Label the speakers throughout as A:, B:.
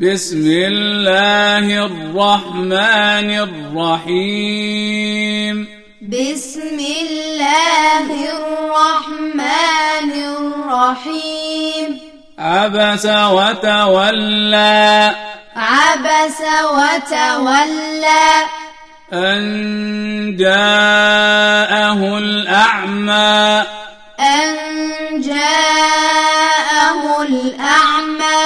A: بسم الله الرحمن الرحيم
B: بسم الله الرحمن الرحيم
A: عبس وتولى
B: عبس وتولى
A: أن جاءه الأعمى
B: أن جاءه الأعمى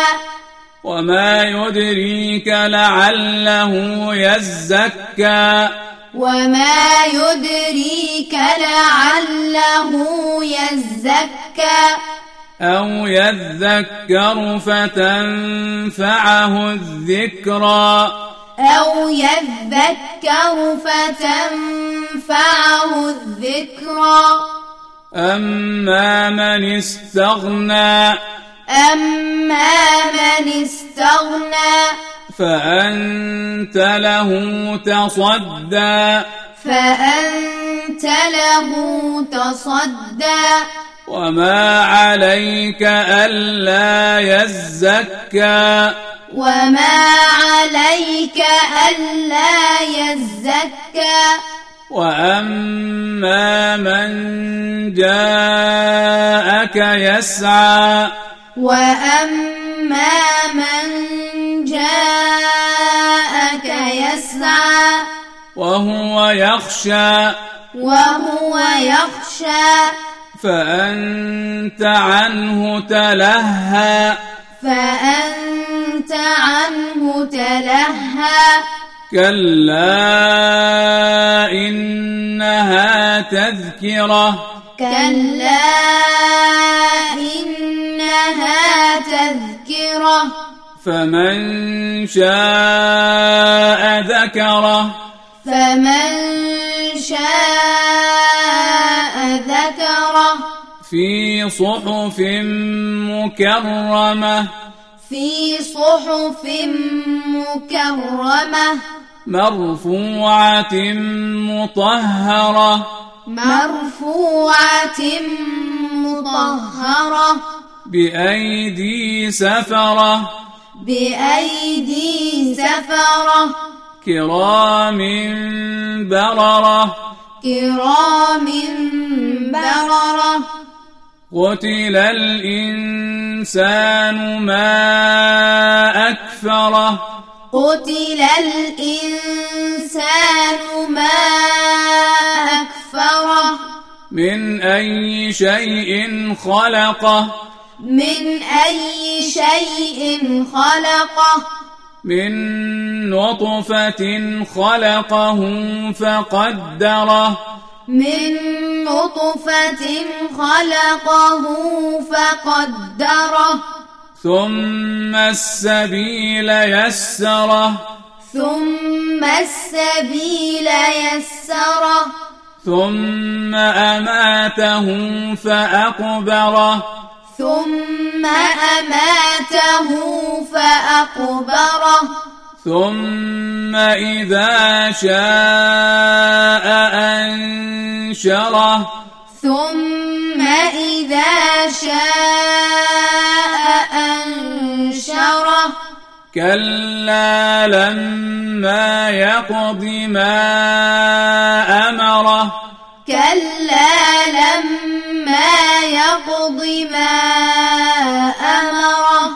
A: وما يدريك لعله يزكى
B: وما يدريك لعله يزكى
A: أو يذكر فتنفعه الذكرى
B: أو يذكر فتنفعه الذكرى
A: أما من استغنى
B: أما من استغنى
A: فأنت له تصدى
B: فأنت له تصدى
A: وما عليك ألا يزكى
B: وما عليك ألا يزكى
A: وأما من جاءك يسعى
B: وأما من جاءك يسعى
A: وهو يخشى
B: وهو يخشى
A: فأنت عنه تلهى
B: فأنت عنه تلهى
A: كلا إنها تذكرة
B: كلا إنها تذكرة
A: فمن شاء ذكره
B: فمن شاء ذكره
A: في صحف مكرمة
B: في صحف مكرمة
A: مرفوعة مطهرة
B: مرفوعة مطهرة
A: بأيدي سفرة
B: بأيدي سفرة
A: كرام بررة
B: كرام بررة
A: قتل الإنسان ما أكفره
B: قتل الإنسان ما أكفره
A: من أي شيء خلقه
B: من أي شيء خلقه
A: من نطفة خلقه فقدره
B: من نطفة خلقه فقدره
A: ثم السبيل يسره
B: ثم السبيل يسره
A: ثم أماته فأقبره
B: ثم أماته فأقبره
A: ثم إذا شاء أنشره
B: ثم إذا شاء أنشره
A: كلا لما يقض ما أمره
B: كلا لما يقض ما أمره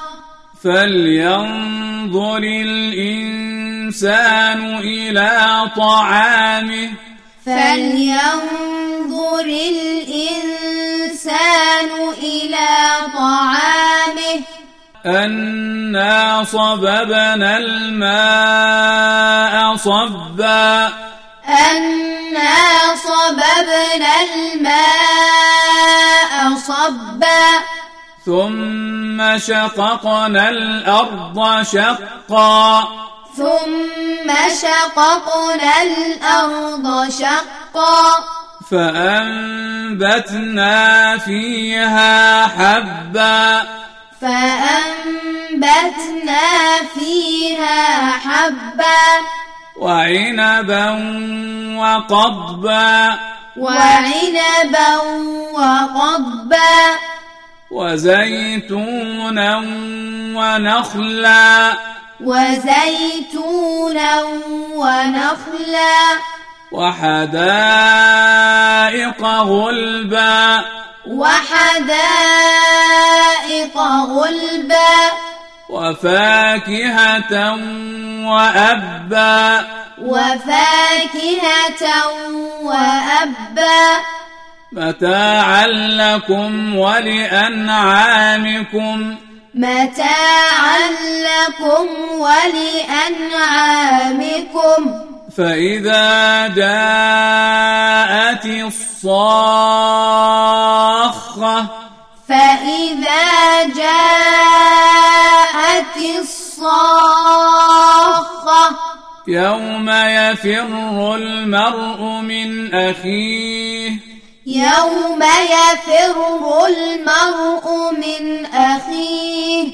A: فلينظر الإنسان إلى طعامه
B: فلينظر الإنسان إلى طعامه
A: أنا صببنا الماء صبا
B: أنا صببنا الماء صبا
A: ثم شققنا الأرض شقا
B: ثم شققنا الأرض شقا
A: فأنبتنا فيها حبا
B: فأنبتنا فيها حبا
A: وعنبا وقضبا
B: وعنبا وقضبا
A: وزيتونا ونخلا
B: وزيتونا ونخلا
A: وحدائق غلبا
B: وحدائق غلبا
A: وفاكهة وأبا
B: وفاكهة وأبا
A: متاعا لكم ولأنعامكم
B: متاعا لكم ولأنعامكم
A: فإذا جاءت الصاخة
B: فإذا جاءت الصاخة
A: يوم يفر المرء من أخيه
B: يوم يفر المرء من أخيه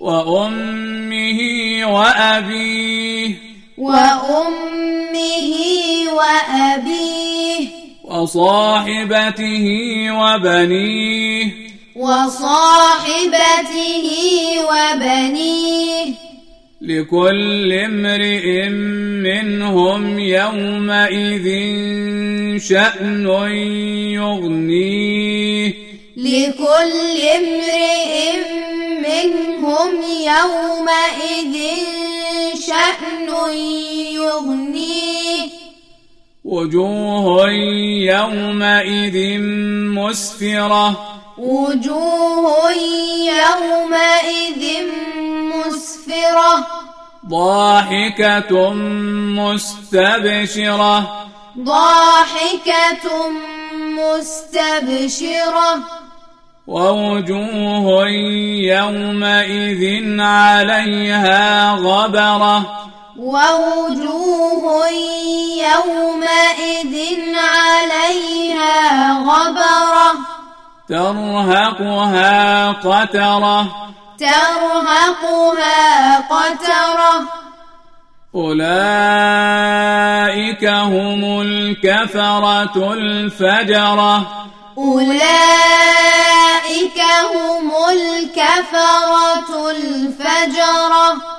A: وأمه وأبيه
B: وأمه وأبيه
A: وصاحبته وبنيه
B: وصاحبته وبنيه
A: لكل امرئ منهم يومئذ شأن يغنيه
B: لكل امرئ منهم يومئذ شأن يغنيه
A: وجوه يومئذ مسفرة
B: وجوه يومئذ مسفرة
A: ضاحكة مستبشرة
B: ضاحكة مستبشرة
A: ووجوه يومئذ عليها غبرة
B: ووجوه يومئذ عليها غبرة
A: ترهقها قترة
B: ترهقها قترة
A: أولئك هم الكفرة الفجرة
B: أولئك هم الكفرة الفجرة